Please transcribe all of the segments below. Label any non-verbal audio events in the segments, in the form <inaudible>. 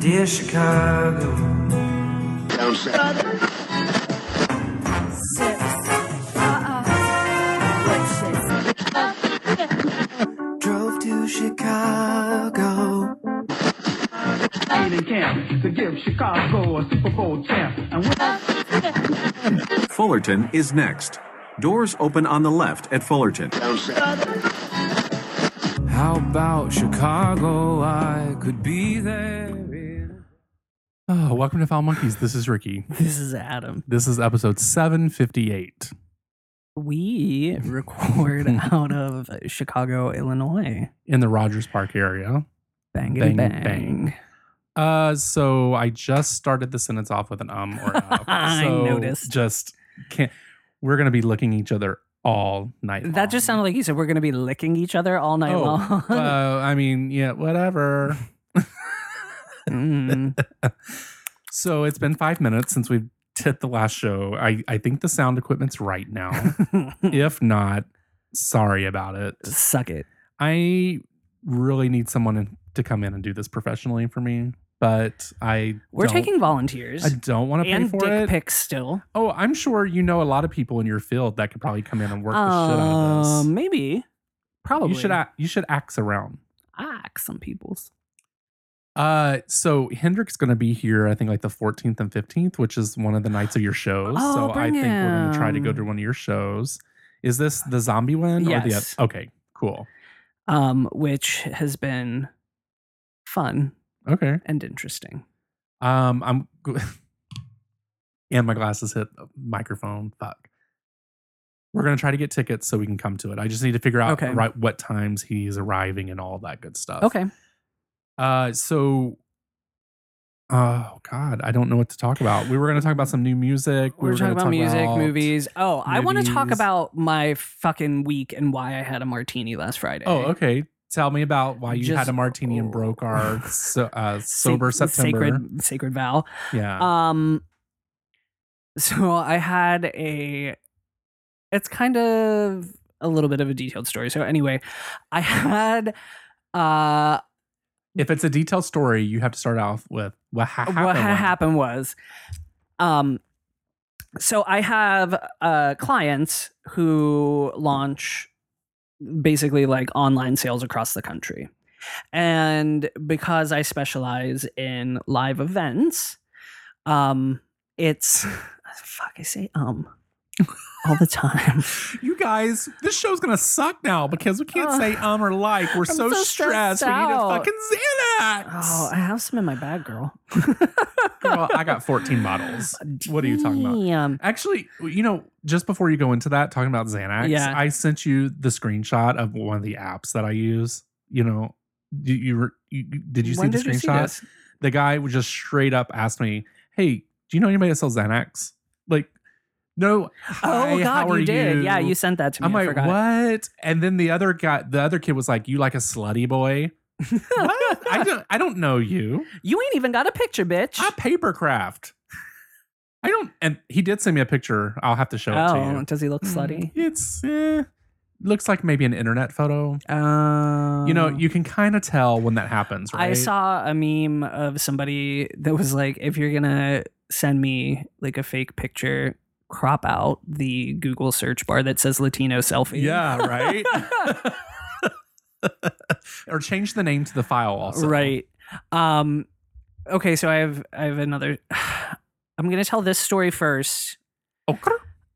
Dear Chicago. Drove to Chicago. in camp to give Chicago a Super Bowl champ. And when Fullerton is next. Doors open on the left at Fullerton. How about Chicago? I could be there. in- Oh, welcome to Foul Monkeys. This is Ricky. This is Adam. This is episode 758. We <laughs> record out of Chicago, Illinois. in the Rogers Park area. Bang, Bang, bang, bang. Uh, so I just started the sentence off with an um or <laughs> an up. I So noticed. Just can't. We're gonna be looking each other all night. That just long. sounded like you said we're going to be licking each other all night Oh, <laughs> long. Uh, I mean, yeah, whatever. <laughs> Mm. So it's been five minutes since we've hit the last show. I I think the sound equipment's right <laughs> now. if not, sorry about it. Suck it. I really need someone to come in and do this professionally for me, but I We're don't- taking volunteers I don't want to pay and for dick it. pics still. Oh, I'm sure you know a lot of people in your field that could probably come in and work the shit out of Um, this. maybe. Probably. You should a- you should axe around. ask some people's. Uh, so Hendrick's going to be here. I think like the 14th and 15th, which is one of the nights of your shows. Oh, so I bring think we're going to try to go to him. one of your shows. Is this the zombie one or the Yes. oth- Okay, cool. Um, which has been fun Okay. and interesting. Um, I'm. g- <laughs> and my glasses hit the microphone. Fuck. We're gonna try to get tickets so we can come to it. I just need to figure out Okay. right what times he's arriving and all that good stuff. Okay. Uh, so. Oh God, I don't know what to talk about. We were gonna talk about some new music. We We're, talking gonna about music, about- movies. Oh, I want to talk movies. about my fucking week and why I had a martini last Friday. Oh, okay. Tell me about why you had eh, Just- a martini and broke <laughs> our so, uh, Sa- sober September. Sacred, sacred vow. Yeah. Um, so I had a. It's kind of a little bit of a detailed story. So anyway, I had uh if it's a detailed story, you have to start off with what ha- happened. what ha- one. happened was um so i have uh clients who launch basically like online sales across the country and because i specialize in live events um <laughs> it's fuck i say um all <laughs> the time You guys, this show's gonna suck now because we can't Ugh. say um or like. We're I'm so, so stressed. stressed We need a out. fucking oh <laughs> Xanax. i have some in my bag girl Girl, I got 14 bottles. What are you talking about? Damn. Actually, you know, just before you go into that, talking about Xanax, Yeah. I sent you the screenshot of one of the apps that I use. You know, you, you, were- you you- did you When see the did you see screenshot? this? the guy would just straight up asked me, "Hey, do you know anybody that sells Xanax?" Like, no. oh hi, god how you, are did yeah you sent that to me I'm I like, forgot. what? And then the other guy, the other kid was like, you like a slutty boy? <laughs> what? I don't, I don't know you. You ain't even got a picture, bitch. I paper craft. I don't. And he did send me a picture. I'll have to show it to oh, you. does he look Mm, slutty? It's eh, looks like maybe an internet photo. Um, you know, you can kind of tell when that happens, right? I saw a meme of somebody that was like, if you're gonna send me like a fake picture, crop out the Google search bar that says Latino selfie. Yeah, <laughs> right. <laughs> or change the name to the file also. Right. Um okay, so I have I have another <sighs> I'm gonna tell this story first. Okay.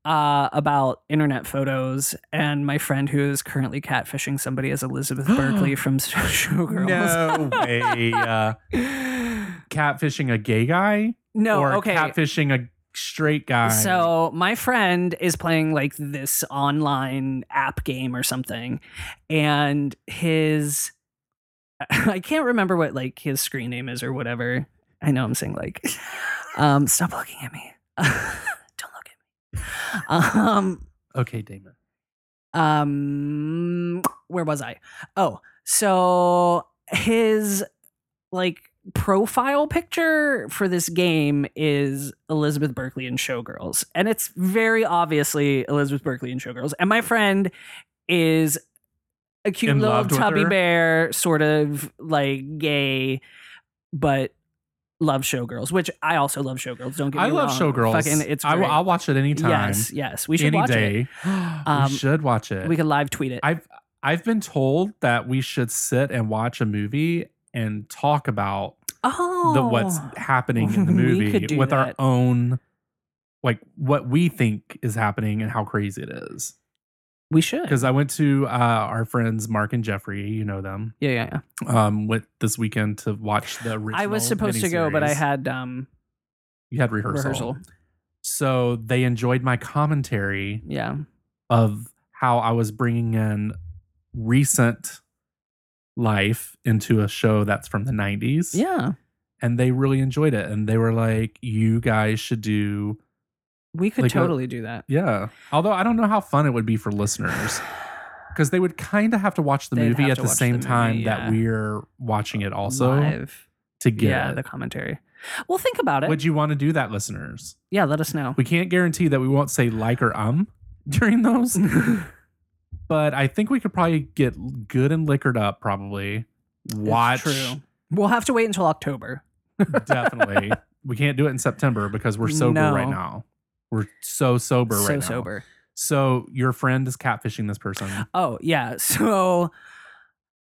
uh, about internet photos, and my friend who is currently catfishing somebody <gasps> is Elizabeth Berkley from <laughs> Showgirls. No <laughs> way. Uh, catfishing a gay guy? No, or okay. catfishing a straight guy. So my friend is playing like this online app game or something, and his <laughs> I can't remember what like his screen name is or whatever. I know I'm saying like, um, stop looking at me. <laughs> Don't look at me. Um, okay, Damon. um where was i oh so his like profile picture for this game is elizabeth berkley in showgirls and it's very obviously elizabeth berkley in showgirls and my friend is a cute In little loved with tubby her? bear, sort of like gay, but love showgirls, which I also love showgirls. Don't get me I love wrong. Showgirls. Fucking, it's I, great. will watch it anytime. Yes, yes, we should any watch day. <gasps> Um, we should watch it. it. We could live tweet it. I've I've been told that we should sit and watch a movie and talk about oh, the what's happening <laughs> in the We movie could do with our that. own like what we think is happening and how crazy it is. we should. Because I went to uh, our friends Mark and Jeffrey, you know them, Yeah, yeah, yeah. um, went this weekend to watch the original. I was supposed to go, but I miniseries. had um you had rehearsal. rehearsal. So they enjoyed my commentary Yeah, of how I was bringing in recent life into a show that's from the 90s. yeah. And they really enjoyed it. And they were like, you guys should do, We could Like uh, a- totally do that. yeah. Although I don't know how fun it would be for <sighs> listeners because they would kind of have to watch the They'd have movie at to the watch the same movie, time that yeah. we're watching it also Live. to get yeah, the it. commentary. Well, think about it. Would you want to do that, listeners? yeah, let us know. We can't guarantee that we won't say like or um <laughs> during <laughs> those. but I think we could probably get good and liquored up, probably. It's Watch. True. We'll have to wait until October. <laughs> Definitely. we can't do it in September because we're sober No. right now. We're so sober so right now. sober. So your friend is catfishing this person. Oh yeah. <laughs> So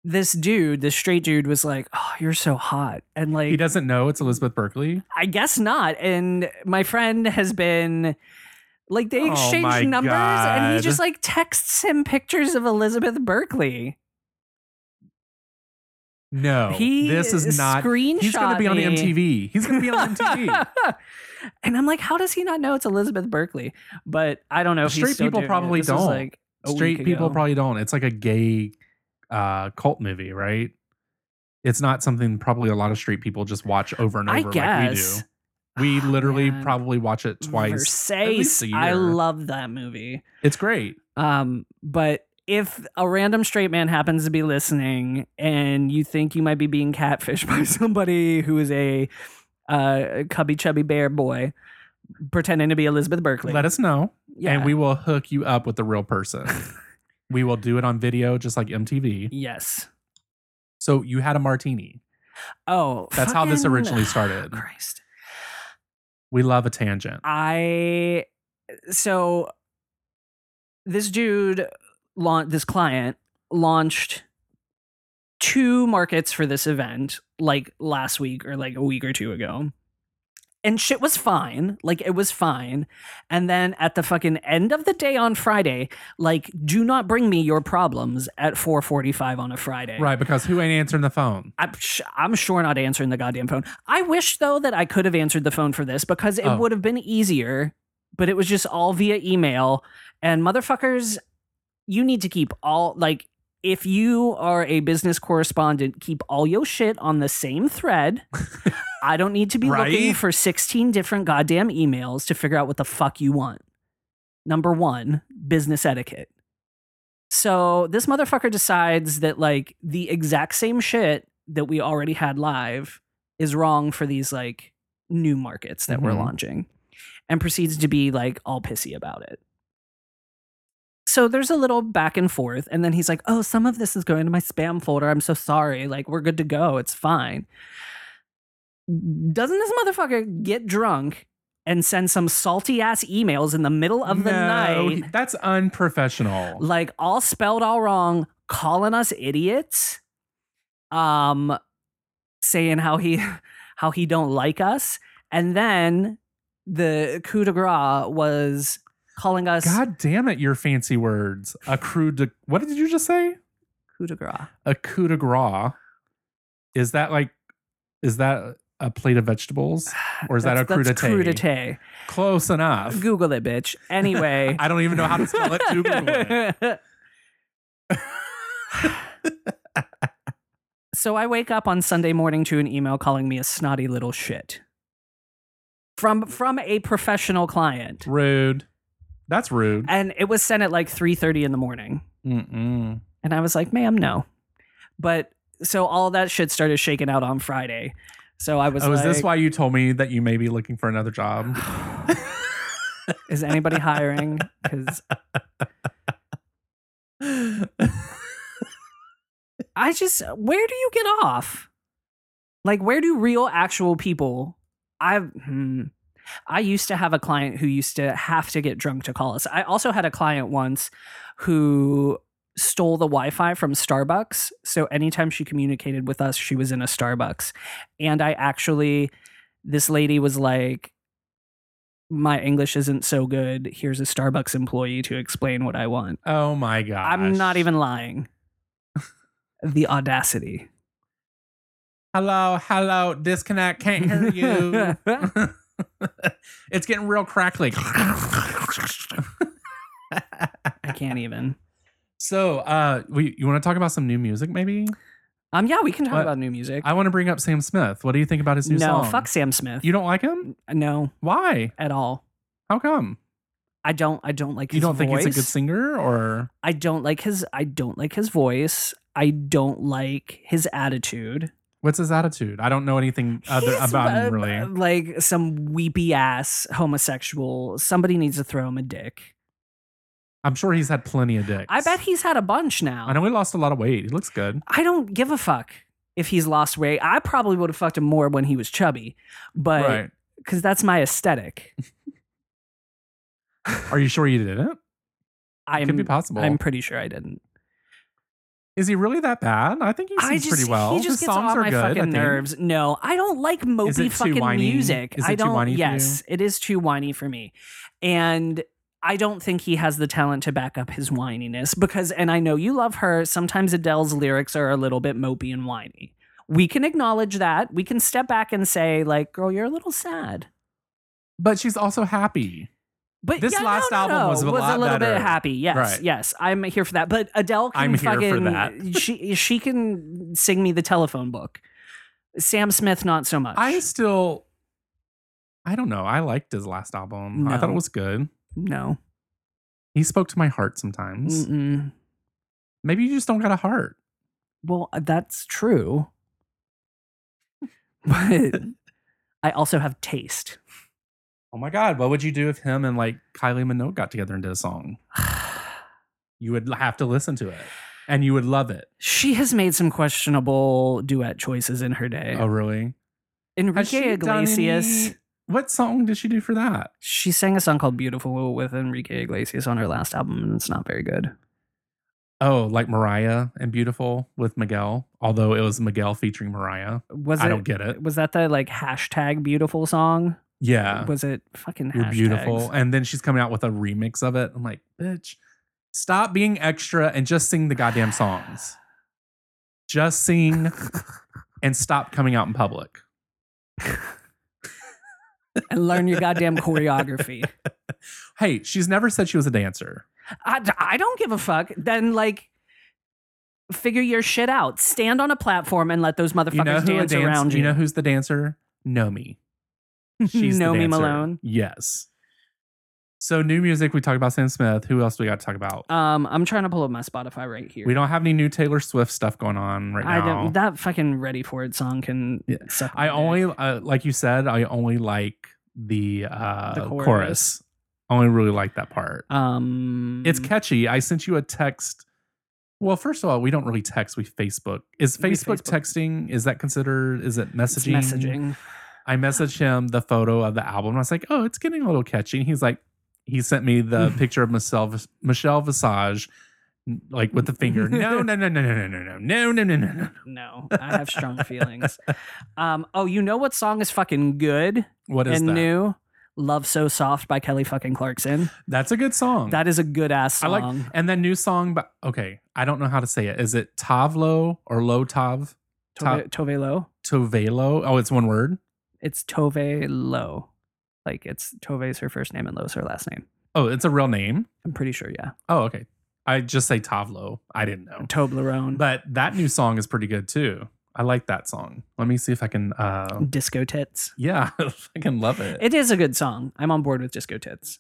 this dude, this straight dude, was like, "Oh, you're so hot," and like, He doesn't know it's Elizabeth Berkeley. I guess not. And my friend has been. Like they Oh, exchanged my numbers and he God. just like texts him pictures of Elizabeth Berkeley. No, He Oh, this is not. He's going to be on screenshot me. MTV. He's going to be on MTV. <laughs> and I'm like, how does he not know it's Elizabeth Berkeley? But I don't know. If he's Straight still people doing it. probably This was, don't. Like a week straight people ago. probably don't. It's like a gay uh, cult movie, right? It's not something probably a lot of straight people just watch over and I over guess. Ah, like we do. We literally man. probably watch it twice. at least Versace. a I year. love that movie. It's great. Um, but if a random straight man happens to be listening and you think you might be being catfished <laughs> by somebody who is a uh, cubby chubby bear boy pretending to be Elizabeth Berkley, Let us know, yeah. and we will hook you up with the real person. <laughs> we will do it on video, just like MTV. yes. So you had a martini. Oh, That's how this fucking- originally started. Christ. We love a tangent. I so this dude launch this client launched two markets for this event like last week or like a week or two ago. And shit was fine. Like it was fine. And then at the fucking end of the day on Friday, like do not bring me your problems at 4:45 on a Friday. Right, because who ain't answering the phone? I'm, sh- I'm sure not answering the goddamn phone. I wish though that I could have answered the phone for this because it Oh. would have been easier, but it was just all via email. And motherfuckers, you need to keep all like if you are a business correspondent, keep all your shit on the <laughs> same thread. I don't need to be looking Right? for 16 different goddamn emails to figure out what the fuck you want. Number 1, business etiquette. So this motherfucker decides that like the exact same shit that we already had live is wrong for these like new markets that we're Mhm. launching and proceeds to be like all pissy about it. So there's a little back and forth and then he's like, "Oh, some of this is going to my spam folder. I'm so sorry. Like we're good to go. It's fine." Doesn't this motherfucker get drunk and send some salty ass emails in the middle of the No, night? he- That's unprofessional. like all spelled all wrong, calling us idiots, um, saying how he <laughs> how he don't like us, and then the coup de grace was calling us God damn it, your fancy words. A coup de what did you just say? coup de grace. A coup de grace. Is that like is that a plate of <sighs> vegetables? Or is that a That's- that's crudite? crudité? Close enough. Google <laughs> it, bitch. Anyway, I don't even know how to spell it. Google it. <laughs> so I wake up on Sunday morning to an email calling me a snotty little shit from from a professional client, Rude. That's rude. and it was sent at like three thirty in the morning, Mm-mm. and I was like, "Ma'am, no." But so all that shit started shaking out on Friday, so I was Oh, is like, this why you told me that you may be looking for another <sighs> job? <laughs> "Is anybody hiring?" Because I just, where do you get off? Like, where do real, actual people? I, hmm, I used to have a client who used to have to get drunk to call us. I also had a client once who stole the Wi-Fi from Starbucks. So anytime she communicated with us, she was in a Starbucks. And I actually, this lady was like, "My English isn't so good. Here's a Starbucks employee to explain what I want." Oh my gosh. I'm not even lying. <laughs> the audacity. Hello, hello, disconnect, can't hear you. <laughs> <laughs> it's getting real crackly. <laughs> I can't even. so, uh, we, you want to talk about some new music, maybe? Um, yeah, we can talk What? about new music. I want to bring up Sam Smith. What do you think about his new no, song? fuck Sam Smith. You don't like him? no, Why? at all. How come? I don't. I don't like. His You don't think he's a voice. good singer, or I don't like his. I don't like his voice. I don't like his attitude. what's his attitude? I don't know anything other He's, about uh, him really. Like some weepy ass homosexual. Somebody needs to throw him a dick. I'm sure he's had plenty of dicks. I bet he's had a bunch now. I know he lost a lot of weight. He looks good. I don't give a fuck if he's lost weight. I probably would have fucked him more when he was chubby, but right. because that's my aesthetic. Are you sure you didn't? I'm, Could be possible. I'm pretty sure I didn't. Is he really that bad? I think he sings I just pretty well. he His just gets songs on are my good. I fucking think. nerves. No, I don't like Is it mopey too fucking whiny? music. Is I it too don't. whiny for you? yes, it is too whiny for me, and I don't think he has the talent to back up his whininess. Because, and I know you love her. Sometimes Adele's lyrics are a little bit mopey and whiny. We can acknowledge that. We can step back and say, like, girl, you're a little sad. But she's also happy. But This yeah, no, last no, album no, was a lot little better. bit happy. Yes, Right. yes, I'm here for that. But Adele can I'm here for fucking that. <laughs> she she can sing me the telephone book. Sam Smith, not so much. I still, I don't know. I liked his last album. I thought No. it was good. no. He spoke to my heart sometimes. Mm-mm. Maybe you just don't got a heart. Well, that's true. <laughs> But I also have taste. <sighs> Oh my God, what would you do if him and like Kylie Minogue got together and did a song? You would have to listen to it and you would love it. She has made some questionable duet choices in her day. Oh, really? Has Enrique she done Iglesias. any- What song did she do for that? She sang a song called Beautiful with Enrique Iglesias on her last album, and it's not very good. Oh, like Mariah and Beautiful with Miguel, although it was Miguel featuring Mariah. Was I it, don't get it. Was that the like hashtag beautiful song? Yeah. Was it fucking You're hashtags? beautiful. And then she's coming out with a remix of it. I'm like, bitch, stop being extra and just sing the goddamn songs. Just <laughs> sing and stop coming out in public. <laughs> And learn your goddamn choreography. Hey, she's never said she was a dancer. I, I don't give a fuck. Then like figure your shit out. Stand on a platform and let those motherfuckers you know who a dance dance- around you. You know who's the dancer? <laughs> Nomi. She's the Nomi dancer. Malone? Yes. So new music. We talked about Sam Smith. Who else do we got to talk about? um, I'm trying to pull up my Spotify right here. we don't have any new Taylor Swift stuff going on right I now. don't. That fucking ready for it song can. Yeah. suck I my only dick. uh, like you said. I only like the, uh, The chorus. chorus. I only really like that part. Um. It's catchy. I sent you a text. Well, first of all, we don't really text. We Facebook. Is We Facebook, Facebook. texting? Is that considered? Is it it's messaging? messaging. I messaged him the photo of the album. I was like, oh, it's getting a little catchy. And he's like, he sent me <laughs> the picture of Michelle, Michelle Visage, n- like with the finger. No, no, no, no, no, no, no, no, no, no, no, no, no. No, I have strong <laughs> feelings. Um. Oh, you know what song is fucking good? What is and that? new love so soft by kelly fucking clarkson That's a good song. that is a good ass Um, I song like, and that new song, but okay, I don't know how to say it. Is it Tavlo or Low Tav? tove, tove lo Tovelo? Oh, it's one word. it's tove lo like it's tove's her first name and lo's her last name Oh, it's a real name. i'm pretty sure yeah Oh, okay. I just say Tavlo. I didn't know. toblerone But that new song is pretty good too. I like that song. Let me see if I can uh, disco tits Yeah, <laughs> I fucking love it. it is a good song i'm on board with disco tits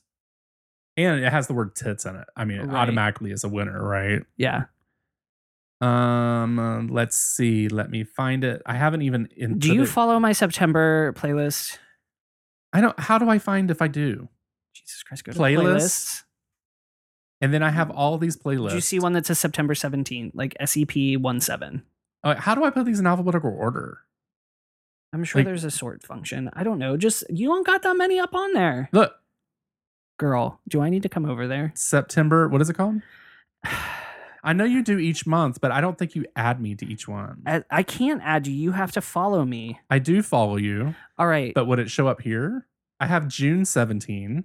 And it has the word tits in it. I mean, it Right. automatically is a winner, right? yeah Um, uh, let's see. Let me find it. I haven't even. Input do you it. follow my september playlist I don't. How do I find if I do? jesus christ go to Playlists? playlists And then I have all these playlists. Did Mm. you see one that says September 17, like E SEP 17? Uh, how do I put these in alphabetical order? I'm sure Like- there's a sort function. I don't know. Just you don't got that many up on there. Look, Girl, do I need to come over there? September. What is it called? <sighs> I know you do each month, but I don't think you add me to each one. I, I can't add you. You have to follow me. I do follow you, All right. but would it show up here? I have June 17.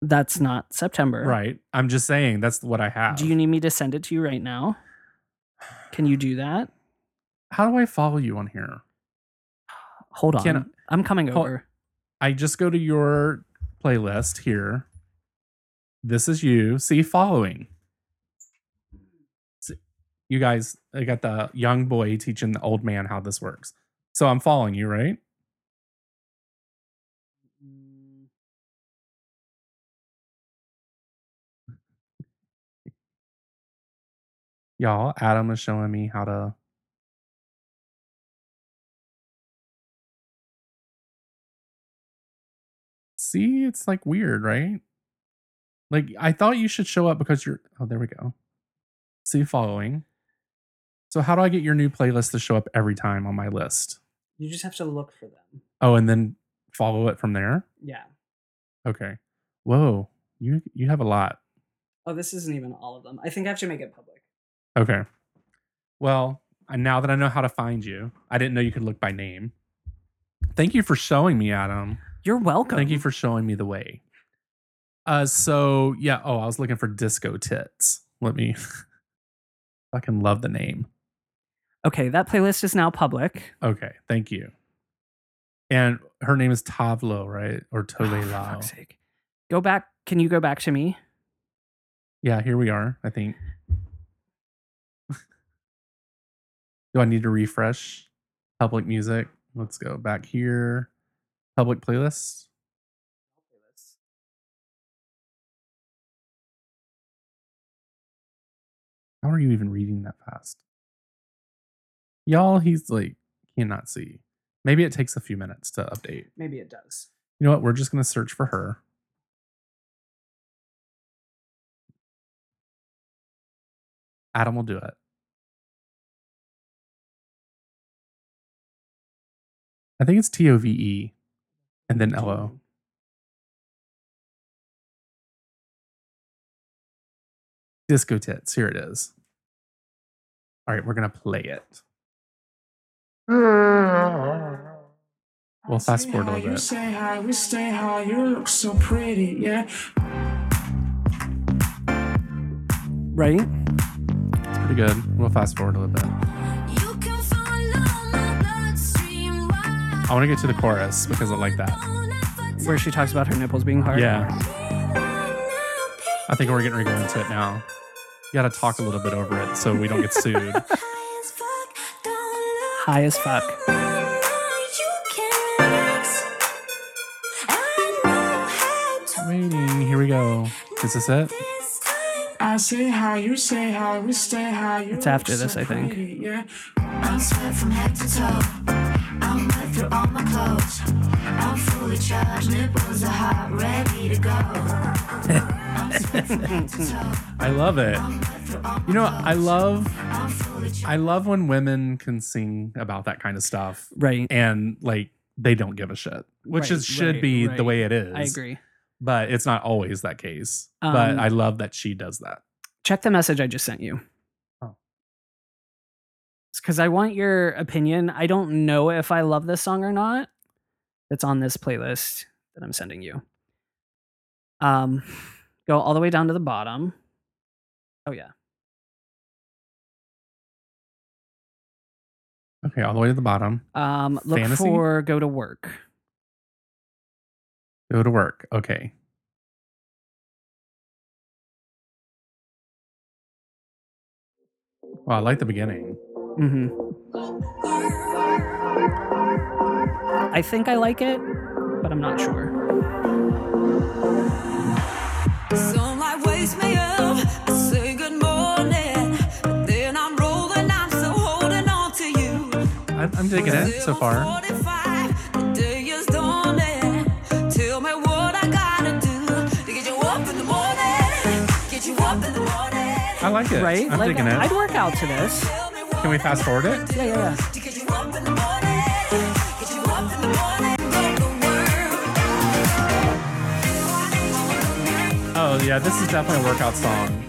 that's not September. Right. I'm just saying that's what I have. Do you need me to send it to you right now? Can you do that? How do I follow you on here? Hold on. Can I'm coming Hold- over. I just go to your playlist here. This is you. See following. S- You guys, I got the young boy teaching the old man how this works. So I'm following you, right? <laughs> Y'all, Adam is showing me how to. See, it's like weird, right? Like, I thought you should show up because you're. Oh, there we go. See, following. So, how do I get your new playlist to show up every time on my list? You just have to look for them. Oh, and then follow it from there? Yeah. Okay. Whoa, you you have a lot. Oh, this isn't even all of them. I think I have to make it public. Okay. Well, I- now that I know how to find you, I didn't know you could look by name. Thank you for showing me, Adam. You're welcome. Thank you for showing me the way. Uh, so yeah. Oh, I was looking for disco tits. Let me. <laughs> Fucking love the name. Okay, that playlist is now public. Okay, thank you. And her name is Tavlo, right? Or Oh, for Tolela. fuck's sake. Go back. Can you go back to me? yeah, here we are. I think. Do I need to refresh? Public music. Let's go back here. Public playlist. How are you even reading that fast? Y'all, he's like cannot see. Maybe it takes a few minutes to update. Maybe it does. You know what? We're just going to search for her. Adam will do it. I think it's T O V E and then L O. Disco Tits. Here it is. All right, we're going to play it. We'll fast forward a little bit. Stay high, we stay high. You look so pretty, yeah. Right? It's pretty good. We'll fast forward a little bit. You can follow my bloodstream I want to get to the chorus because I like that. Where she talks about her nipples being hard. Yeah, I think we're getting ready to go into it now. You got to talk a little bit over it so we don't get sued. High as fuck. <laughs> Waiting. Here we go. Is this it? I say hi, you say hi, we stay high. You It's after look this, so I think. pretty, yeah. I'm sweat from head to toe. I'm wet through all my clothes. I'm fully charged, nipples are hot, ready <laughs> to go. I'm sweat from head to toe. I love it. I'm wet through all my You know, I clothes. love I'm fully charged. I love when women can sing about that kind of stuff Right. and like they don't give a shit, which Right, is should right, be the right. way it is. I agree. But it's not always that case. but Um, I love that she does that. Check the message I just sent you. Oh. Because I want your opinion. I don't know if I love this song or not. It's on this playlist that I'm sending you. Um, go all the way down to the bottom. Oh yeah. Okay, all the way to the bottom. Um, look Fantasy? for go to work. Go to work. Okay. Well, I like the beginning. hmm I think I like it, but I'm not sure. Sunlight wakes me up. I say good morning. But then I'm rolling. I'm still holding on to you. I'm, I'm digging it so far. 7:45, The day is dawning. Tell me what I gotta do to get you up in the morning. Get you I like it. right? I'm like, digging I'd it. work out to this. Can we fast forward it? Yeah, yeah, yeah. To get you up in the morning, get you up in the morning, go to work. Oh yeah, this is definitely a workout song.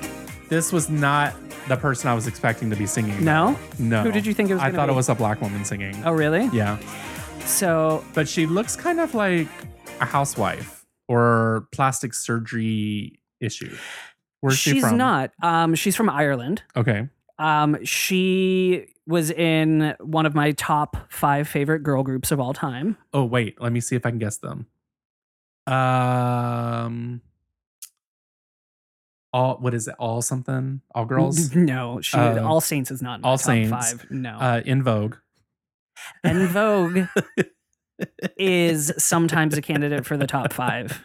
This was not the person I was expecting to be singing. No? No. Who did you think it was I gonna thought be? it was a black woman singing. Oh, really? Yeah. So, But she looks kind of like a housewife or plastic surgery issue. Where's she's she from? not. Um, she's from Ireland. Okay. Um, she was in one of my top five favorite girl groups of all time. Oh wait, let me see if I can guess them. Um all what is it? All something? All girls? <laughs> No, she Uh, All Saints is not in my All top Saints. five. No, Uh in Vogue. and <laughs> Vogue is sometimes a candidate for the top five.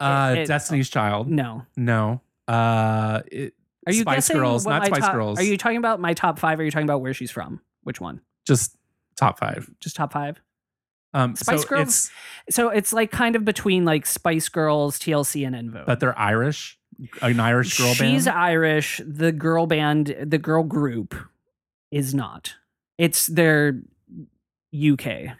Uh it- Destiny's Child. No, No. Uh it, are you Spice guessing Girls, what not my Spice top- Girls. Are you talking about my top five? Or are you talking about where she's from? Which one? just top 5. Just top five. Um Spice so Girls? it's- So it's like kind of between like Spice Girls, TLC, and En Vogue. but they're Irish. An Irish girl She's band. Irish. The girl band, the girl group, is not. It's their UK.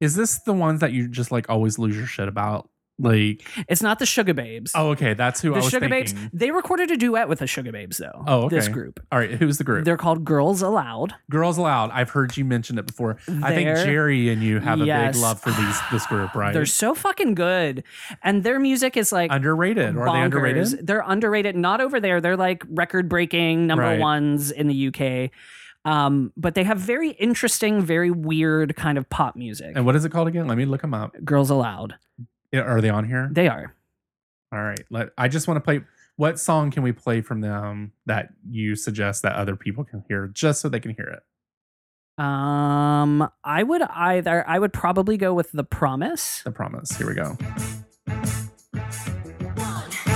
Is this the ones that you just like always lose your shit about? Like It's not the Sugar Babes. Oh, okay, that's who I the was Sugar thinking. Babes. They recorded a duet with the Sugar Babes though. Oh, okay. This group. All right, who's the group? They're called Girls Aloud. Girls Aloud. I've heard you mention it before. I think They're- Jerry and you have a Yes. big love for these this group, right? They're so fucking good, and their music is like. underrated. Are they bonkers. underrated? They're underrated. Not over there. They're like record breaking number Right. ones in the UK. Um, but they have very interesting, very weird kind of pop music. And what is it called again? Let me look them up. Girls Aloud. Yeah, Are they on here? They are. All right. Let, I just want to play. What song can we play from them that you suggest that other people can hear, just so they can hear it? Um, I would either I would probably go with the promise. The promise. Here we go. Two,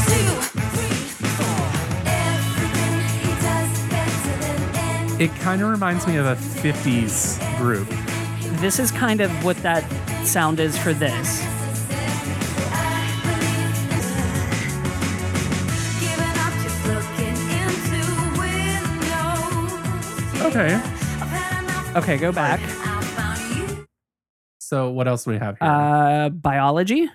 three, four. Everything he does better than anyone. It kind of reminds me of a '50s group. This is kind of what that sound is for this. Giving up, just looking into windows. Okay. I've had enough. Okay, go back. I found you. So what else do we have here? Uh, biology.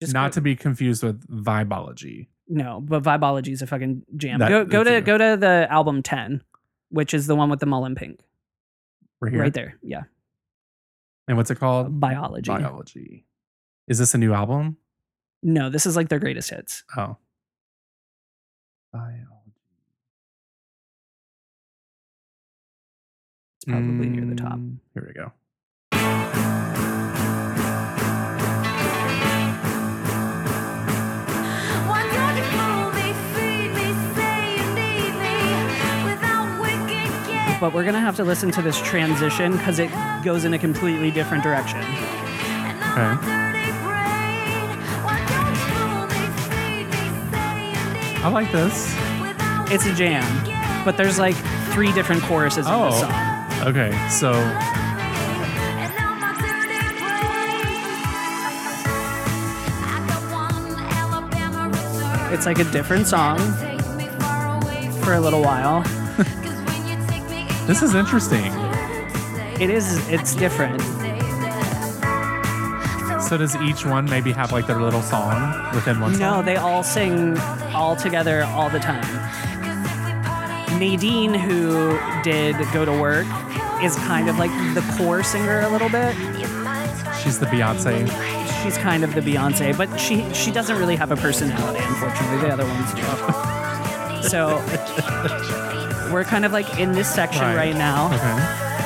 Just Not go- to be confused with Vibology. no, but vibology is a fucking jam. That- go go that's to a- go to the album ten, which is the one with the mullen pink We're here. right there. Yeah, And what's it Oh, called? biology. Biology. Is this a new album? No, this is like their greatest hits. Oh. Biology. It's probably near the top. Mm, Here we go. Why don't you fool me, feed me, say you need me without wicked games? But we're gonna have to listen to this transition because it goes in a completely different direction. And Okay. I'm a dirty brain. Why don't you fool me, feed me, say you need I like this. me without It's a jam, but there's like three different choruses in Oh. the song. Okay. So And I'm a dirty brain. I got one Alabama reserve. It's like a different song Take me far away from for a little while. 'cause when you take me in this your is interesting. It is, it's different. So does each one maybe have like their little song within one No, song? they all sing all together all the time. Nadine, who did Go to Work, is kind of like the core singer a little bit. She's the Beyonce. She's kind of the Beyonce, but she she doesn't really have a personality, unfortunately. The other ones do. So we're kind of like in this section Right. right, now, Okay.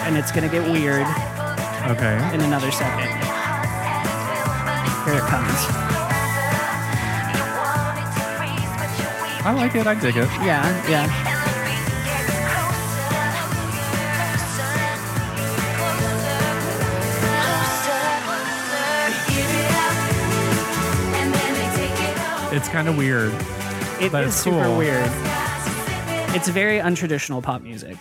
and it's gonna get weird Okay. in another second. Here it comes. I like it. I dig it. Yeah, yeah. It's kind of weird. It But is it's super cool. weird. It's very untraditional pop music.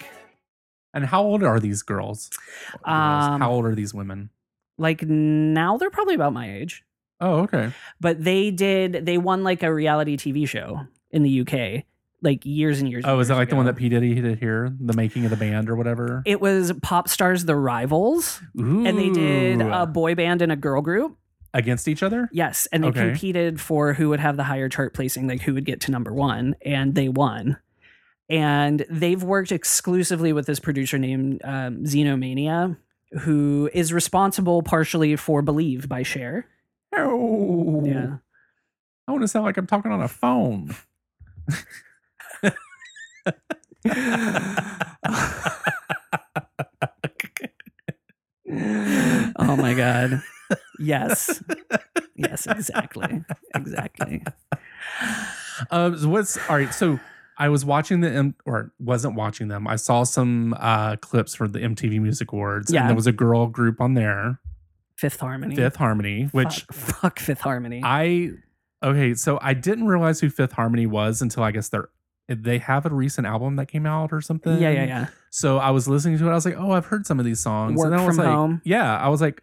And how old are these girls? Girls, Um, how old are these women? Like now they're probably about my age, Oh, okay. but they did they won like a reality TV show in the UK, like years and years. and Oh, is that years like the one ago. that P Diddy did here? The making of the band or whatever. It was pop stars, the rivals, and they did uh, Ooh. a boy band and a girl group. against each other. Yes, and they Okay. competed for who would have the higher chart placing, like who would get to number one, and they won. And they've worked exclusively with this producer named um, Xenomania, who is responsible partially for "Believe" by Cher. Oh, Yeah, <laughs> I want to sound like I'm talking on a phone. Oh my god. <laughs> yes. Yes, exactly. Exactly. Um, so what's all right? So I was watching the M- or wasn't watching them. I saw some uh, clips for the MTV Music Awards, Yeah. and there was a girl group on there, Fifth Harmony. Fifth Harmony, which fuck, fuck Fifth Harmony. I okay. So I didn't realize who Fifth Harmony was until I guess they're they have a recent album that came out or something. yeah, yeah, yeah. So I was listening to it. I was like, oh, I've heard some of these songs. Work and then I was from like, home. Yeah, I was like,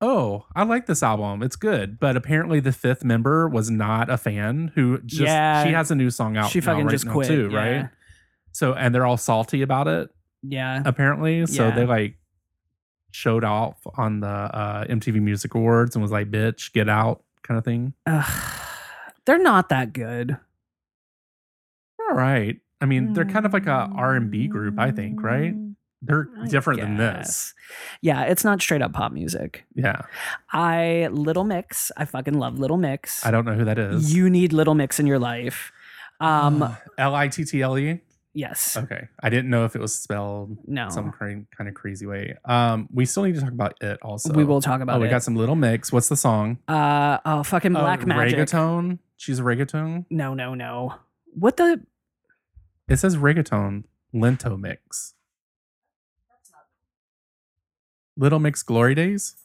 oh, I like this album. It's good. But apparently, the fifth member was not a fan. Who just Yeah. she has a new song out. She now fucking right just now quit, too, yeah. right? So and they're all salty about it Yeah. apparently. So Yeah. they like showed off on the uh, MTV Music Awards and was like, bitch, get out, kind of thing. Ugh. They're not that good. All right. I mean, they're kind of like a R and B group, I think, right? They're Mm, I different than this. guess. Yeah, it's not straight up pop music. Yeah. I Little Mix. I fucking love Little Mix. I don't know who that is. You need Little Mix in your life. <gasps> Um, <sighs> L I T T L E. yes. Okay. I didn't know if it was spelled No. some kind kind of crazy way. Um, we still need to talk about it also. we will talk Oh, about we it. got some little mix. What's the song? uh oh fucking Black Oh, Magic. Reggaeton. She's a reggaeton. No, no, no. What the It says reggaeton lento mix. Little Mix Glory Days.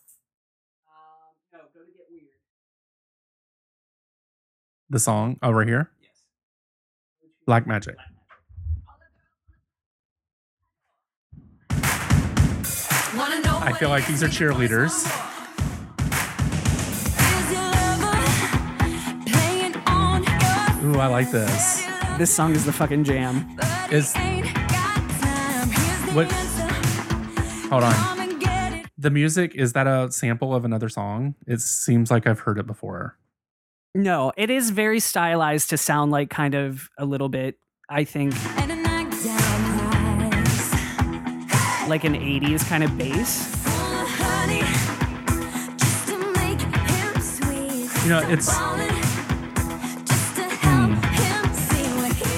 The song over here. Black Magic. I feel like these are cheerleaders. Ooh, I like this. this song is the fucking jam. Is- What- Hold on. The music is that a sample of another song? It seems like I've heard it before. No, it is very stylized to sound like kind of a little bit, I think, like an 80s kind of bass. You know, it's Hmm.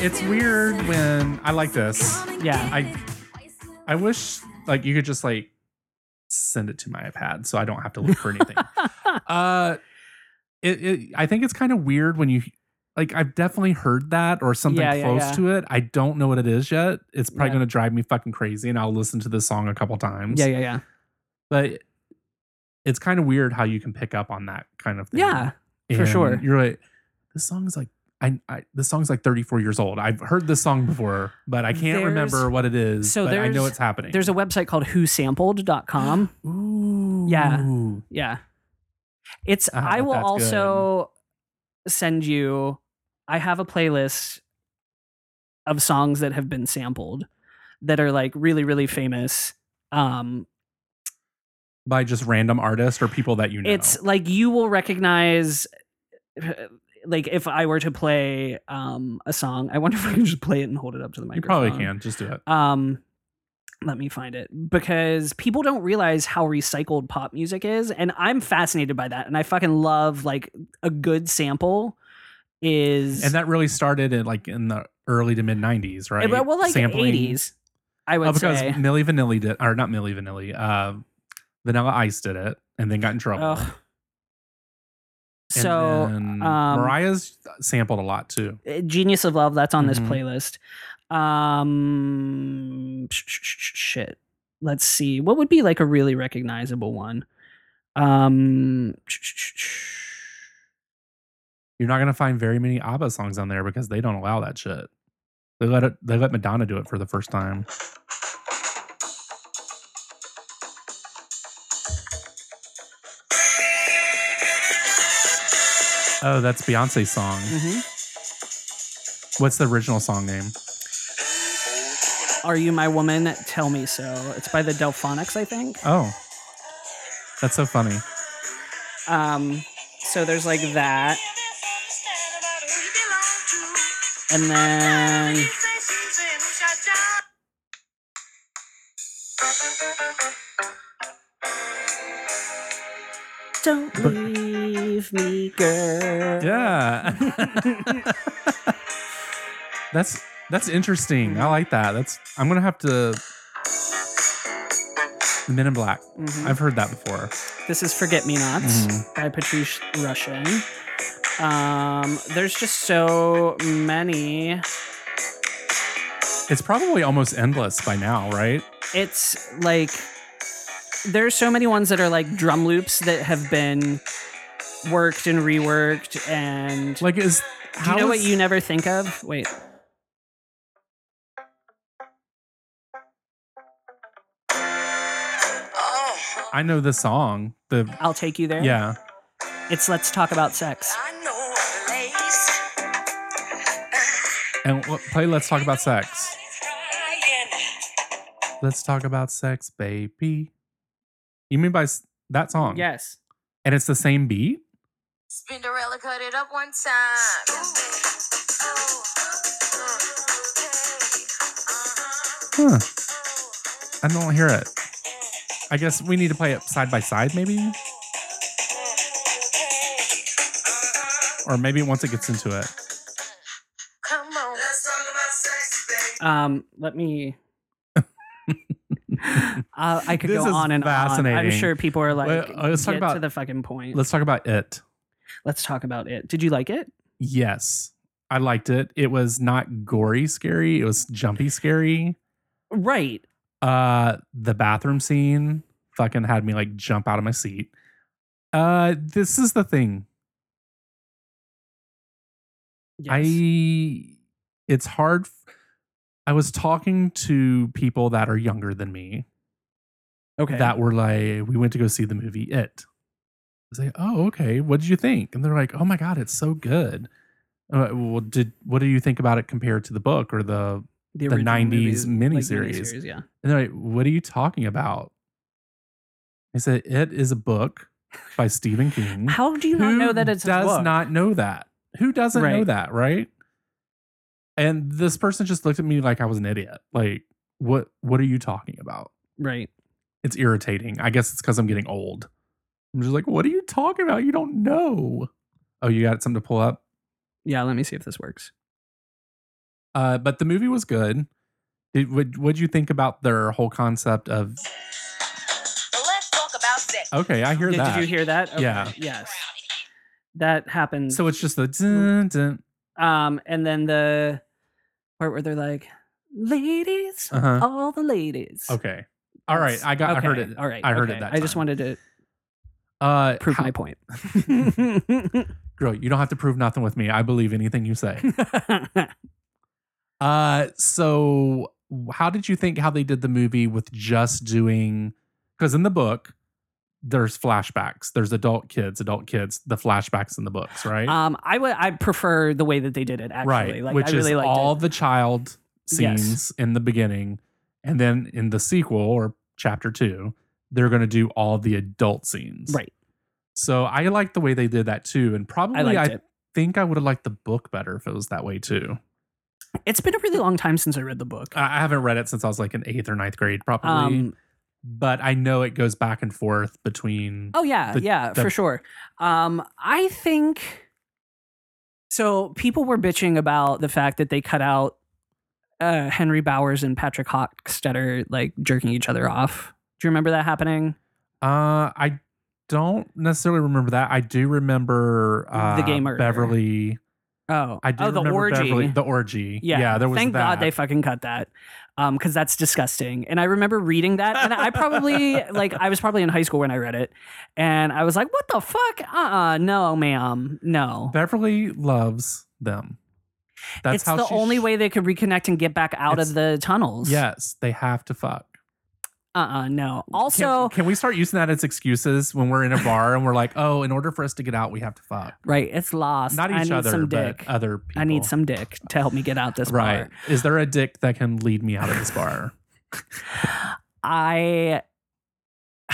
it's weird when I like this. Yeah. I I wish like you could just like send it to my iPad so I don't have to look for <laughs> anything. uh it, it I think it's kind of weird when you like I've definitely heard that or something Yeah, yeah, close yeah. to it. I don't know what it is yet. It's probably Yeah. going to drive me fucking crazy and I'll listen to this song a couple times. Yeah, yeah, yeah. But it's kind of weird how you can pick up on that kind of thing. Yeah. for sure. You're like this song's like I, I this song's like 34 years old. I've heard this song before, but I can't There's- remember what it is. so So but I know there's- it's happening. There's a website <gasps> called whosampled.com. Ooh. Yeah. Yeah. It's Ah, I will that's also send you I have a playlist of songs that have been sampled that are like really really famous. Um By just random artists or people that you know. it's like you will recognize like if I were to play um a song, I wonder if I can just play it and hold it up to the you microphone. probably can. Just do it. Um, let me find it because people don't realize how recycled pop music is, and I'm fascinated by that. And I fucking love like a good sample is Eh, And that really started in like in the early to mid 90s, right? well like Sampling. 80s. I would Oh, because say. Millie Vanilli did, or not Millie Vanilli, uh, Vanilla Ice did it and then got in trouble. Ugh. And So then um, Mariah's sampled a lot too. eh, Genius of Love that's on Mhm. this playlist. Um, sh- sh- sh- shit. Let's see. What would be like a really recognizable one? Um, sh- sh- sh- sh- You're not gonna find very many ABBA songs on there because they don't allow that shit. They let it, they let Madonna do it for the first time. Oh, that's Beyonce's song. Mhm. What's the original song name? Are You My Woman? Tell Me So. It's by the Delphonics, I think. Oh, that's so funny. Um, so there's like that. And then Don't leave me, girl. Yeah. <laughs> that's that's interesting. I like that. That's I'm gonna have to. Men in Black. Mm-hmm. I've heard that before. This is Forget Me Nots Mm-hmm. by Patrice Russian. Um, there's just so many. It's probably almost endless by now, right? It's like there are so many ones that are like drum loops that have been worked and reworked and Like, is do how you know what is- you never think of? Wait. I know the song. The I'll take you there. yeah. It's let's talk about sex. And what, play Let's Talk About Sex. Let's Talk About Sex, baby. You mean by s- that song? Yes. And it's the same beat? Spinderella cut it up one time. Huh. I don't hear it. I guess we need to play it side by side, maybe? Or maybe once it gets into it. Come on. Um, let me. <laughs> uh, I could This go is on and on. I'm fascinating. sure people are like, Well, uh, let's talk get to about- the fucking point. Let's, Let's talk about it. talk about it. Did you like it? Yes. I liked it. It was not gory scary, it was jumpy scary. Right. Uh, the bathroom scene fucking had me like jump out of my seat. Uh, this is the thing. I it's hard. f- I was talking to people that are younger than me okay. that were like, we went to go see the movie It. I was like, oh, okay. What did you think? And they're like, oh my god, it's so good. I'm like, well, did what do you think about it compared to the book or the the original 90s movies, miniseries. yeah. And they're like, What are you talking about? I said, It is a book by Stephen King. How do you not know that it's a does book? not know that? Who doesn't know Right. that, right? And this person just looked at me like I was an idiot. Like, what what are you talking about? right? It's irritating. I guess it's because I'm getting old. I'm just like, what are you talking about? You don't know. Oh, you got something to pull up? Yeah. Let me see if this works. Uh, but the movie was good. Did would what'd you think about their whole concept of Let's talk about sex. okay, I hear Did, that. did you hear that? Okay, Yeah. Yes. That happened. So it's just <laughs> the dun, dun. um, and then the part where they're like, ladies, Uh-huh. all the ladies. Okay. All right. That's- I got. I heard Oh, okay, it. All right. I heard okay. it. That I just time. wanted to Uh, prove how- <laughs> my point. <laughs> Girl, you don't have to prove nothing with me. I believe anything you say. uh, so how did you think how they did the movie with just doing? Because in the book, there's flashbacks. There's adult kids, adult kids. The flashbacks in the books, right? um, I would. I prefer the way that they did it. Actually, right. like Which I really is liked all it. the child Yes. scenes in the beginning, and then in the sequel or chapter two, they're going to do all the adult scenes. right. So I like the way they did that too, and probably I I, liked it. think I would have liked the book better if it was that way too. It's been a really long time since I read the book. I I haven't read it since I was like in eighth or ninth grade, probably, Um, but I know it goes back and forth between. Oh yeah, the- yeah, the- for sure. Um, I think so. People were bitching about the fact that they cut out uh, Henry Bowers and Patrick Hockstetter like jerking each other off. Do you remember that happening? Uh, I don't necessarily remember that. I do remember The uh, gay murder. Beverly. Oh, I do oh, the remember orgy. Beverly, the orgy. yeah, there was Thank that. God they fucking cut that, um, because that's disgusting. And I remember reading that, and I <laughs> probably like I was probably in high school when I read it, and I was like, "What the fuck? Uh, uh no, ma'am, no." Beverly loves them. That's it's how the she only sh- way they could reconnect and get back out It's- of the tunnels. Yes, they have to fuck. uh-uh, no. Can- Also, can, we start using that as excuses when we're in a bar and we're like, oh, in order for us to get out, we have to fuck. right, it's lost. Not I each need other, some but dick. other people. I need some dick to help me get out this Right. bar. Is there a dick that can lead me out of this bar? I <sighs>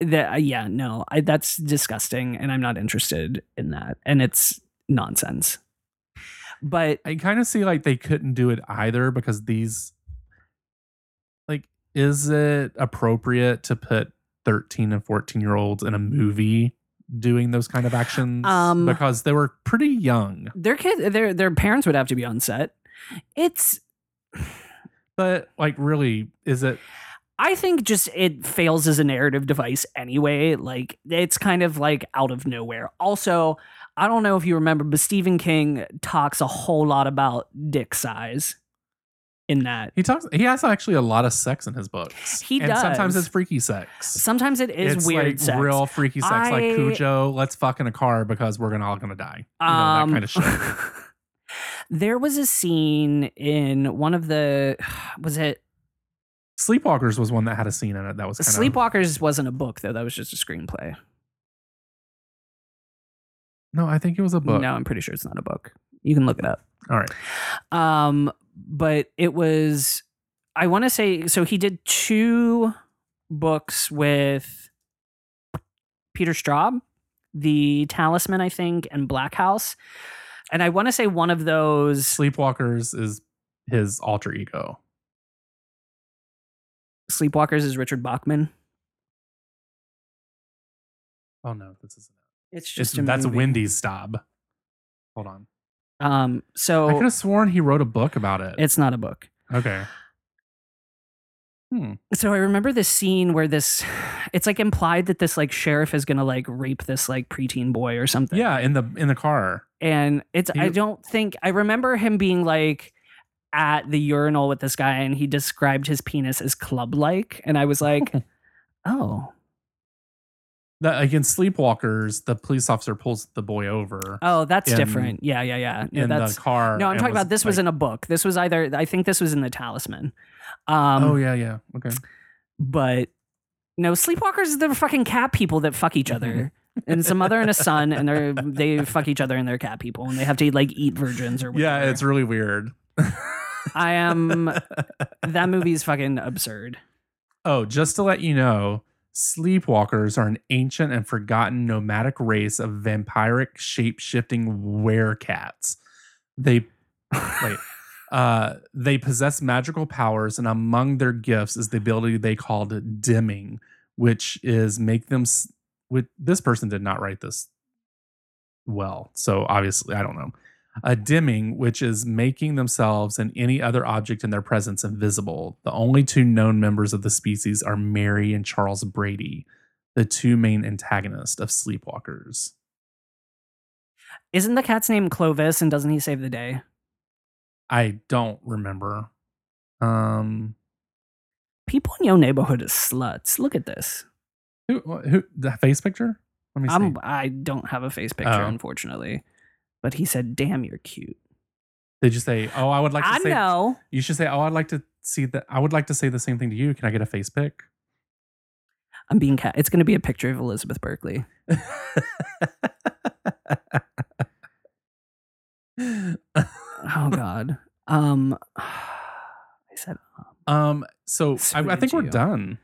that uh, yeah, no. I that's disgusting and I'm not interested in that. And it's nonsense. But I kind of see like they couldn't do it either because these, like, is it appropriate to put 13 and 14 year olds in a movie doing those kind of actions? Um, because they were pretty young. their kid uh, their their parents would have to be on set. It's But like, really, is it I think just it fails as a narrative device anyway. Like it's kind of like out of nowhere. Also, I don't know if you remember, but Stephen King talks a whole lot about dick size in that. He talks. He has actually a lot of sex in his books. He and Sometimes does. it's freaky sex. Sometimes it is it's weird like sex. real freaky sex, I- like Cujo. Let's fuck in a car because we're gonna all gonna die. You know, Um, that kind of <laughs> shit. there was a scene in one of the <sighs> was it Sleepwalkers was one that had a scene in it that was kind of. Sleepwalkers wasn't a book though that was just a screenplay. No, I think it was a book. No, I'm pretty sure it's not a book. You can look it up. All right. Um, but it was, I want to say, so he did two books with Peter Straub, The Talisman, I think, and Black House. And I want to say one of those Sleepwalkers is his alter ego. Sleepwalkers is Richard Bachman. Oh no, this is It's just just a that's movie. Wendy's stab. Hold on. Um, I could so have sworn he wrote a book about it. it's not a book. okay. Hmm. so I remember this scene where this it's like implied that this like sheriff is gonna like rape this like preteen boy or something. Yeah, in the in the car. And it's I You- don't think I remember him being like at the urinal with this guy and he described his penis as club like and I was like, Oh. The, like in Sleepwalkers, the police officer pulls the boy over. Oh, that's In- different. Yeah, yeah, yeah. No, in that's the car. no, I'm and talking about this was like- in a book. This was either I think this was in the talisman. Um oh yeah, yeah. Okay. but no, sleepwalkers they're fucking cat people that fuck each Mm-hmm. other. and some mother and a son, and they're they fuck each other and they're cat people, and they have to like eat virgins or whatever. Yeah, it's really weird. <laughs> I am that movie's fucking absurd. oh, just to let you know, sleepwalkers are an ancient and forgotten nomadic race of vampiric shape-shifting werecats. They wait. Uh, they possess magical powers, and among their gifts is the ability they called dimming, which is make them. s- With this person did not write this well, so obviously I don't know. A dimming, which is making themselves and any other object in their presence invisible. The only two known members of the species are Mary and Charles Brady, the two main antagonists of Sleepwalkers. Isn't the cat's name Clovis, and doesn't he save the day? I don't remember. Um, People in your neighborhood are sluts. Look at this. who, who, the face picture? Let me see. I'm I don't have a face picture, Oh. unfortunately. But he said, "Damn, you're cute." Did you say, oh, I would like to I say, know. you should say, oh, I'd like to see that. I would like to say the same thing to you. Can I get a face pic? I'm being cat. It's going to be a picture of Elizabeth Berkley. <laughs> Oh God. Um, <sighs> I said, Um, so, So I, I did think we're you. done.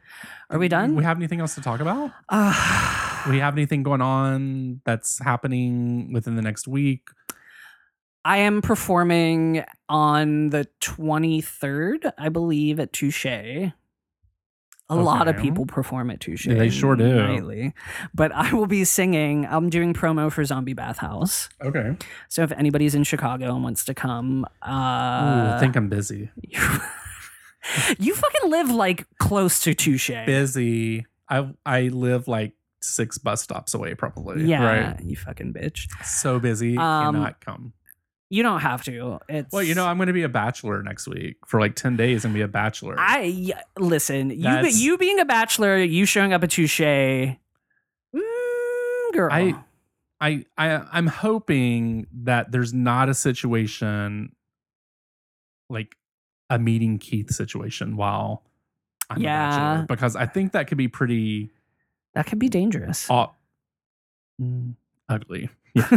"Are we done?" We have anything else to talk about? Ah. We have anything going on that's happening within the next week? I am performing on the 23rd, I believe, at Touche. A lot of Okay. people perform at Touche. Yeah, they sure do. Nightly. But I will be singing. I'm doing promo for Zombie Bathhouse. Okay. So if anybody's in Chicago and wants to come, Ooh, uh, I think I'm busy. <laughs> you, you fucking live like close to Touche. Busy. I I live like six bus stops away, probably. yeah, Right. you fucking bitch. So busy. Um, cannot come. You don't have to. It's Well, you know, I'm going to be a bachelor next week for like 10 days and be a bachelor. I yeah, listen. You be- That's- you being a bachelor, you showing up at Touche, mm, girl. I, I, I, I'm hoping that there's not a situation like a meeting Keith situation while I'm The Yeah. Bachelor, because I think that could be pretty That could be dangerous. au- mm, ugly. <laughs>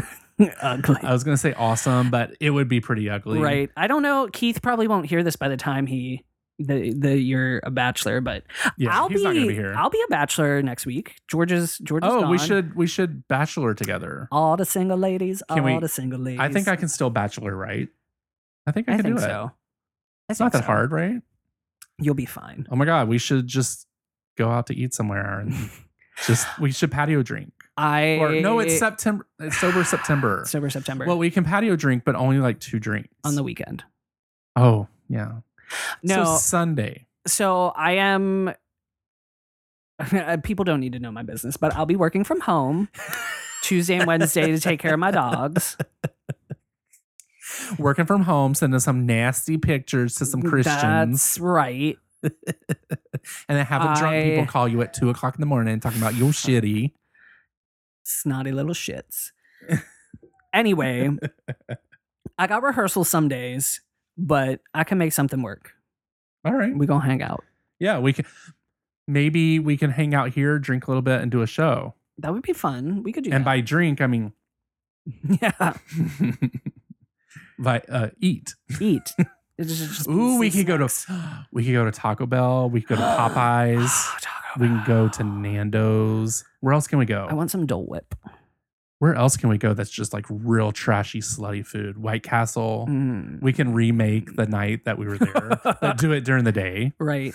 Ugly. I was gonna say awesome, but it would be pretty ugly, Right. I don't know. Keith probably won't hear this by the time he the the you're a bachelor, but Yeah, I'll he's be, not gonna be here. I'll be a bachelor next week. George's George's. oh, we gone. should we should bachelor together. all the single ladies, Can all we- the single ladies. I think I can still bachelor, right? I think I, I, can think do so. it. I It's not think that so. hard, right? You'll be fine. Oh my god, we should just go out to eat somewhere and <laughs> just we should patio drink. I Or no, it's September. It's sober September. sober Eh. <sighs> September. Well, we can patio drink, but only like two drinks on the weekend. Oh yeah, No, so so, Sunday. I am. <laughs> People don't need to know my business, but I'll be working from home Tuesday and Wednesday to take care of my dogs. <laughs> Working from home, sending some nasty pictures to some Christians, That's right. and then having drunk I- people call you at two o'clock in the morning talking about <laughs> you're shitty. Snotty <laughs> little shits. anyway, I got rehearsals some days, but I can make something work. All right, We gonna hang out. yeah, we can. Maybe we can hang out here, drink a little bit, and do a show. That would be fun. We could do And that. by drink, I <laughs> mean <laughs> yeah, by uh, eat. <laughs> eat. It's just- just Ooh, we pieces. could go to we could go to Taco Bell. We could go <gasps> to Popeyes. Oh, Taco we can go Bell. to Nando's. Where else can we go? I want some Dole Whip. Where else can we go that's just like real trashy, slutty food? White Castle. Mm, We can remake the night that we were there, but do it during the day. right.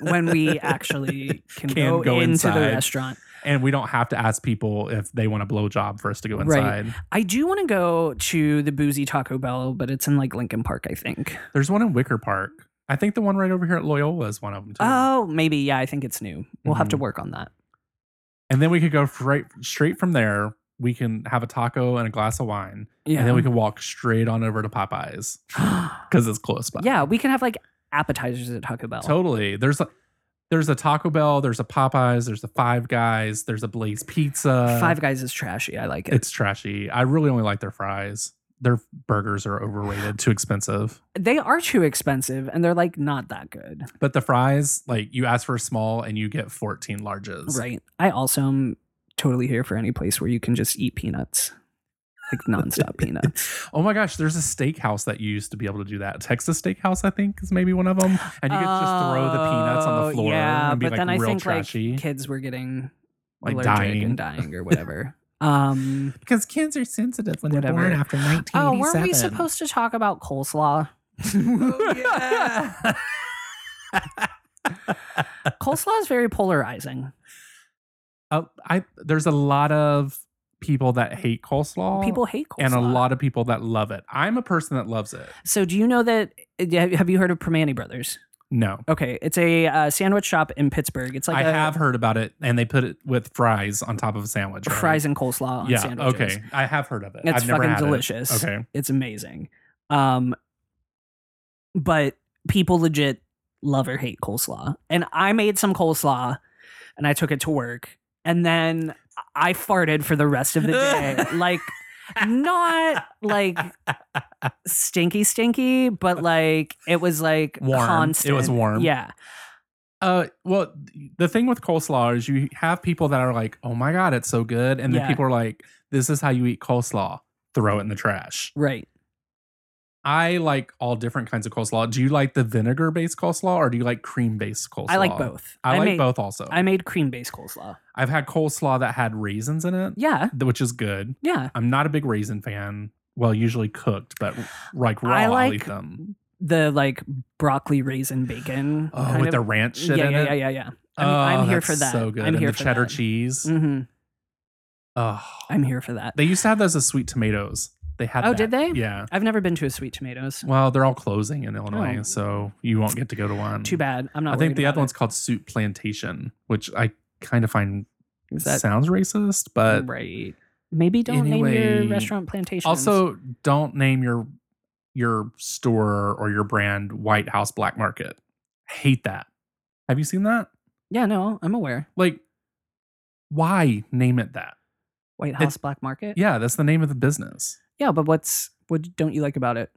when we <laughs> actually can, Can go, go into the inside. restaurant. And we don't have to ask people if they want a blowjob for us to go Right. inside. I do want to go to the boozy Taco Bell, but it's in like Lincoln Park, I think. There's one in Wicker Park. I think the one right over here at Loyola is one of them too. Oh, maybe. Yeah, I think it's new. We'll have to Mhm. work on that. and then we could go right straight from there. We can have a taco and a glass of wine. Yeah. And then <gasps> we can walk straight on over to Popeyes because it's close by. yeah, we can have like appetizers at Taco Bell. Totally. There's a there's a Taco Bell, there's a Popeyes, there's a Five Guys, there's a Blaze Pizza. Five Guys is trashy. I like it. It's trashy. I really only like their fries. Their burgers are overrated, too expensive. they are too expensive and they're like not that good. But the fries, like you ask for a small and you get 14 larges. Right. I also am totally here for any place where you can just eat peanuts, like <laughs> nonstop peanuts. Oh my gosh, there's a steakhouse that you used to be able to do that. Texas Steakhouse, I think, is maybe one of them. And you could just throw the peanuts on Oh, the floor Yeah, and be but like then I real think trashy. like kids were getting Like allergic dying. and dying <laughs> or whatever. um, because kids are sensitive when Whatever. after <gasps> oh, 1987. weren't we supposed to talk <laughs> about coleslaw? Oh, yeah. coleslaw is very polarizing. uh, I there's a lot of people that hate coleslaw. People hate coleslaw, and a lot of people that love it. I'm a person that loves it. So, do you know that? Have you heard of Permani Brothers? No. Okay, it's a uh, sandwich shop in Pittsburgh. It's like I a have heard about it, and they put it with fries on top of a sandwich. right? fries and coleslaw on yeah. sandwiches. Okay. I have heard of it. It's I've never fucking had it. delicious. Okay. It's amazing. Um, but people legit love or hate coleslaw. And I made some coleslaw and I took it to work. And then I farted for the rest of <laughs> the day. like, not like stinky, stinky, but like it was like Uh, Warm. It constant. was warm. Yeah. Uh, well, the thing with coleslaw is you have people that are like, "Oh my god, it's so good," and then Yeah. people are like, "This is how you eat coleslaw. Throw it in the trash." Right. I like all different kinds of coleslaw. Do you like the vinegar-based coleslaw or do you like cream-based coleslaw? I like both. I, like made, both also. I made cream based coleslaw. I've had coleslaw that had raisins in it, Yeah. th- which is good. Yeah. I'm not a big raisin fan. Well, usually cooked, but like raw, I I'll like eat them. The like broccoli raisin bacon. Oh, kind with of- the ranch shit yeah, in yeah, it. yeah, yeah, yeah. I'm, I'm Oh, here for that's that. So good. I'm and here the for cheddar that. cheese. hmm Oh, I'm here for that. they used to have those as sweet tomatoes. They had. Oh, that. did they? Yeah. I've never been to a Sweet Tomatoes. Well, they're all closing in Illinois, Oh. so you won't get to go to one. Too bad. I'm not. Mm. I think worried the about other one's called Soup Plantation, which I kind of find it. Is that sounds racist, but right. Maybe don't name anyway- your restaurant plantation. also don't name your your store or your brand White House Black Market. Hate that. Have you seen that? yeah, no, I'm aware. Like, why name it that? White House Black Market. Yeah, that's the name of the business. yeah, but what's what don't you like about it?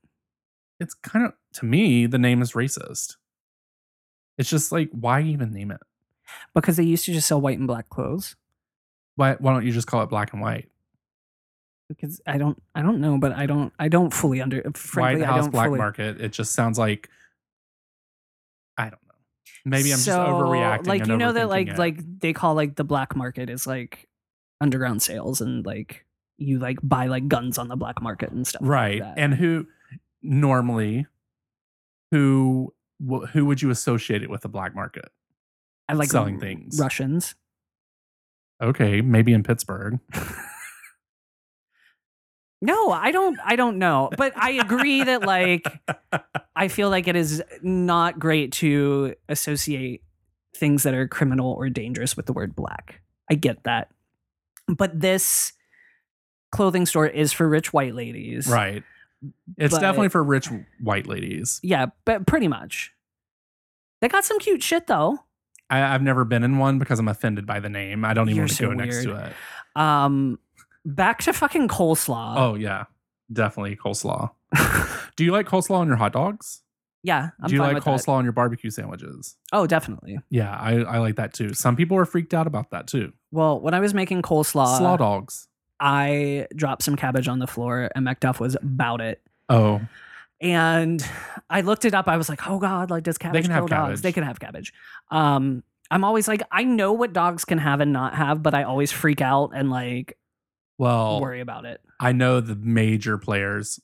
It's kind of to me the name is racist. It's just like, why even name it? because they used to just sell white and black clothes. Why, why don't you just call it black and white? Because I don't, I don't know, but I don't, I don't fully under. Frankly, white I House don't black fully. market. It just sounds like, I don't know. Maybe I'm just So, overreacting. Like and you know that, overthinking like it. like they call like the black market is like underground sales and like you like buy like guns on the black market and stuff. like right that. and who normally who wh- who would you associate it with the black market I like selling things. Russians. okay maybe in <laughs> pittsburgh No, I don't. I don't know, but I agree that like I feel like it is not great to associate things that are criminal or dangerous with the word black. I get that. But this clothing store is for rich white ladies. right it's But- definitely for rich white ladies Yeah, but pretty much. They got some cute shit though. I, i've never been in one because i'm offended by the name i don't even You're want to so go next to it Um back to fucking coleslaw. oh yeah definitely <laughs> coleslaw do you like coleslaw on your hot dogs Yeah, I'm do you fine like with coleslaw that. on your barbecue sandwiches Oh, definitely. yeah I, I like that too some people are freaked out about that too Well, when I was making coleslaw, slaw dogs I dropped some cabbage on the floor and McDuff was about it. oh and I looked it up. I was like, oh god, like does cabbage can have kill dogs? They cabbage. can have cabbage. Um, I'm always like, I know what dogs can have and not have, but I always freak out and like well worry about it. I know the major players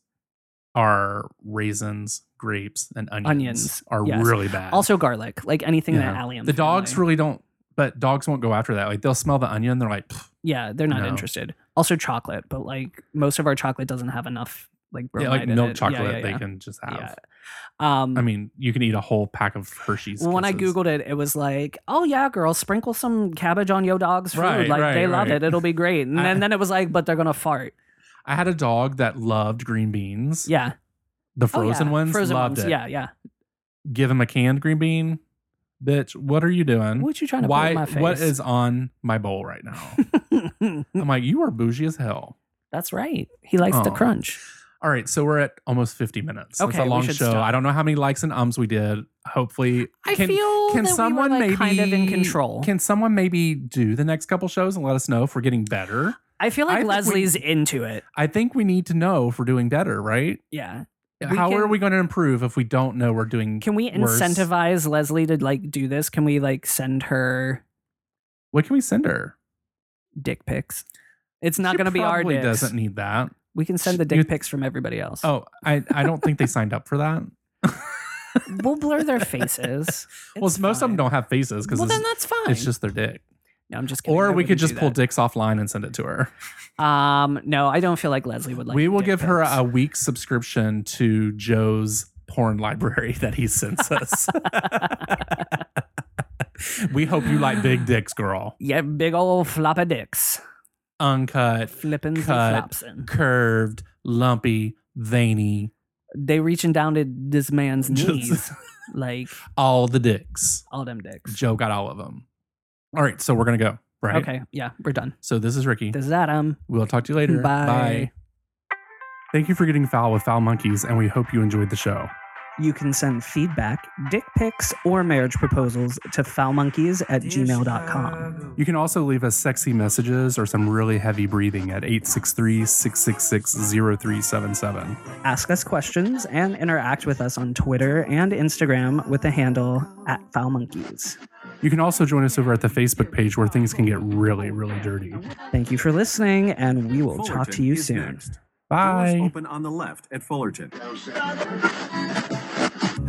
are raisins, grapes, and onions. Onions, are yes. really bad. Also garlic, like anything that Yeah. allium. the dogs family. really don't, but dogs won't go after that. Like they'll smell the onion, they're like, "Pff." yeah, they're not No. interested. Also chocolate, but like most of our chocolate doesn't have enough like yeah, bromide like in milk it. Yeah, chocolate. yeah, yeah. They can just have. Yeah. Um, I mean, you can eat a whole pack of Hershey's. Well, when I Kisses. googled it, it was like, "Oh yeah, girls, sprinkle some cabbage on your dog's food. Right, like they right, love right. it. It'll be great." And, I- then then it was like, "But they're gonna fart." I had a dog that loved green beans. Yeah, the Oh, yeah. <laughs> frozen ones Frozen loved ones. it. Yeah, yeah. give him a canned green bean, bitch. What are you doing? What you trying to put Hmm? Why? in my face? What is on my bowl right <laughs> now? I'm like, you are bougie as hell. That's right. He likes the Oh. crunch. All right, so we're at almost 50 minutes. That's Okay, a we long should show. stop. I don't know how many likes and ums we did. Hopefully, I feel that we were, like, kind of in control. Can someone maybe do the next couple shows and let us know if we're getting better? I feel I like think we- Leslie's into it. I think we need to know if we're doing better, right? Yeah. We how are can- we going to improve if we don't know we're doing? Can we worse? incentivize Leslie to like do this? Can we like send her What can we send her? dick pics? It's not She going to be our probably dicks. Doesn't need that. we can send the You- dick pics from everybody else. Oh, I I don't think they signed up for <laughs> that. We'll blur their faces. <laughs> well, It's most of them fine. don't have faces because Well, then it's, that's fine. it's just their dick. no, I'm just kidding. I Or we could wouldn't just do pull that. dicks offline and send it to her. Um, no, I don't feel like Leslie would like. we will dick give her pics. a week subscription to Joe's porn library <laughs> that he sends us. <laughs> we hope you like big dicks, girl. yeah, big old flop of dicks, Uncut, flipping and Cut. flopsin'. curved, lumpy, veiny, they reaching down to this <laughs> man's Just- knees, like all the dicks. all them dicks. Joe got all of them. All right, so we're going to go, <laughs> right? Okay, yeah, we're done. So this is Ricky. This is Adam. we'll talk to you later. Bye. Thank you for getting foul with Foul Monkeys, and we hope you enjoyed the show. You can send feedback, dick pics, or marriage proposals to foulmonkeys at gmail.com. You can also leave us sexy messages or some really heavy breathing at 863 666 0377. Ask us questions and interact with us on Twitter and Instagram with the handle at foulmonkeys. You can also join us over at the Facebook page where things can get really, really dirty. Thank you for listening, and we will talk to Fullerton you is soon. next. Doors Bye. open on the left at Fullerton.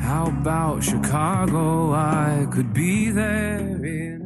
How about Chicago? I could be there in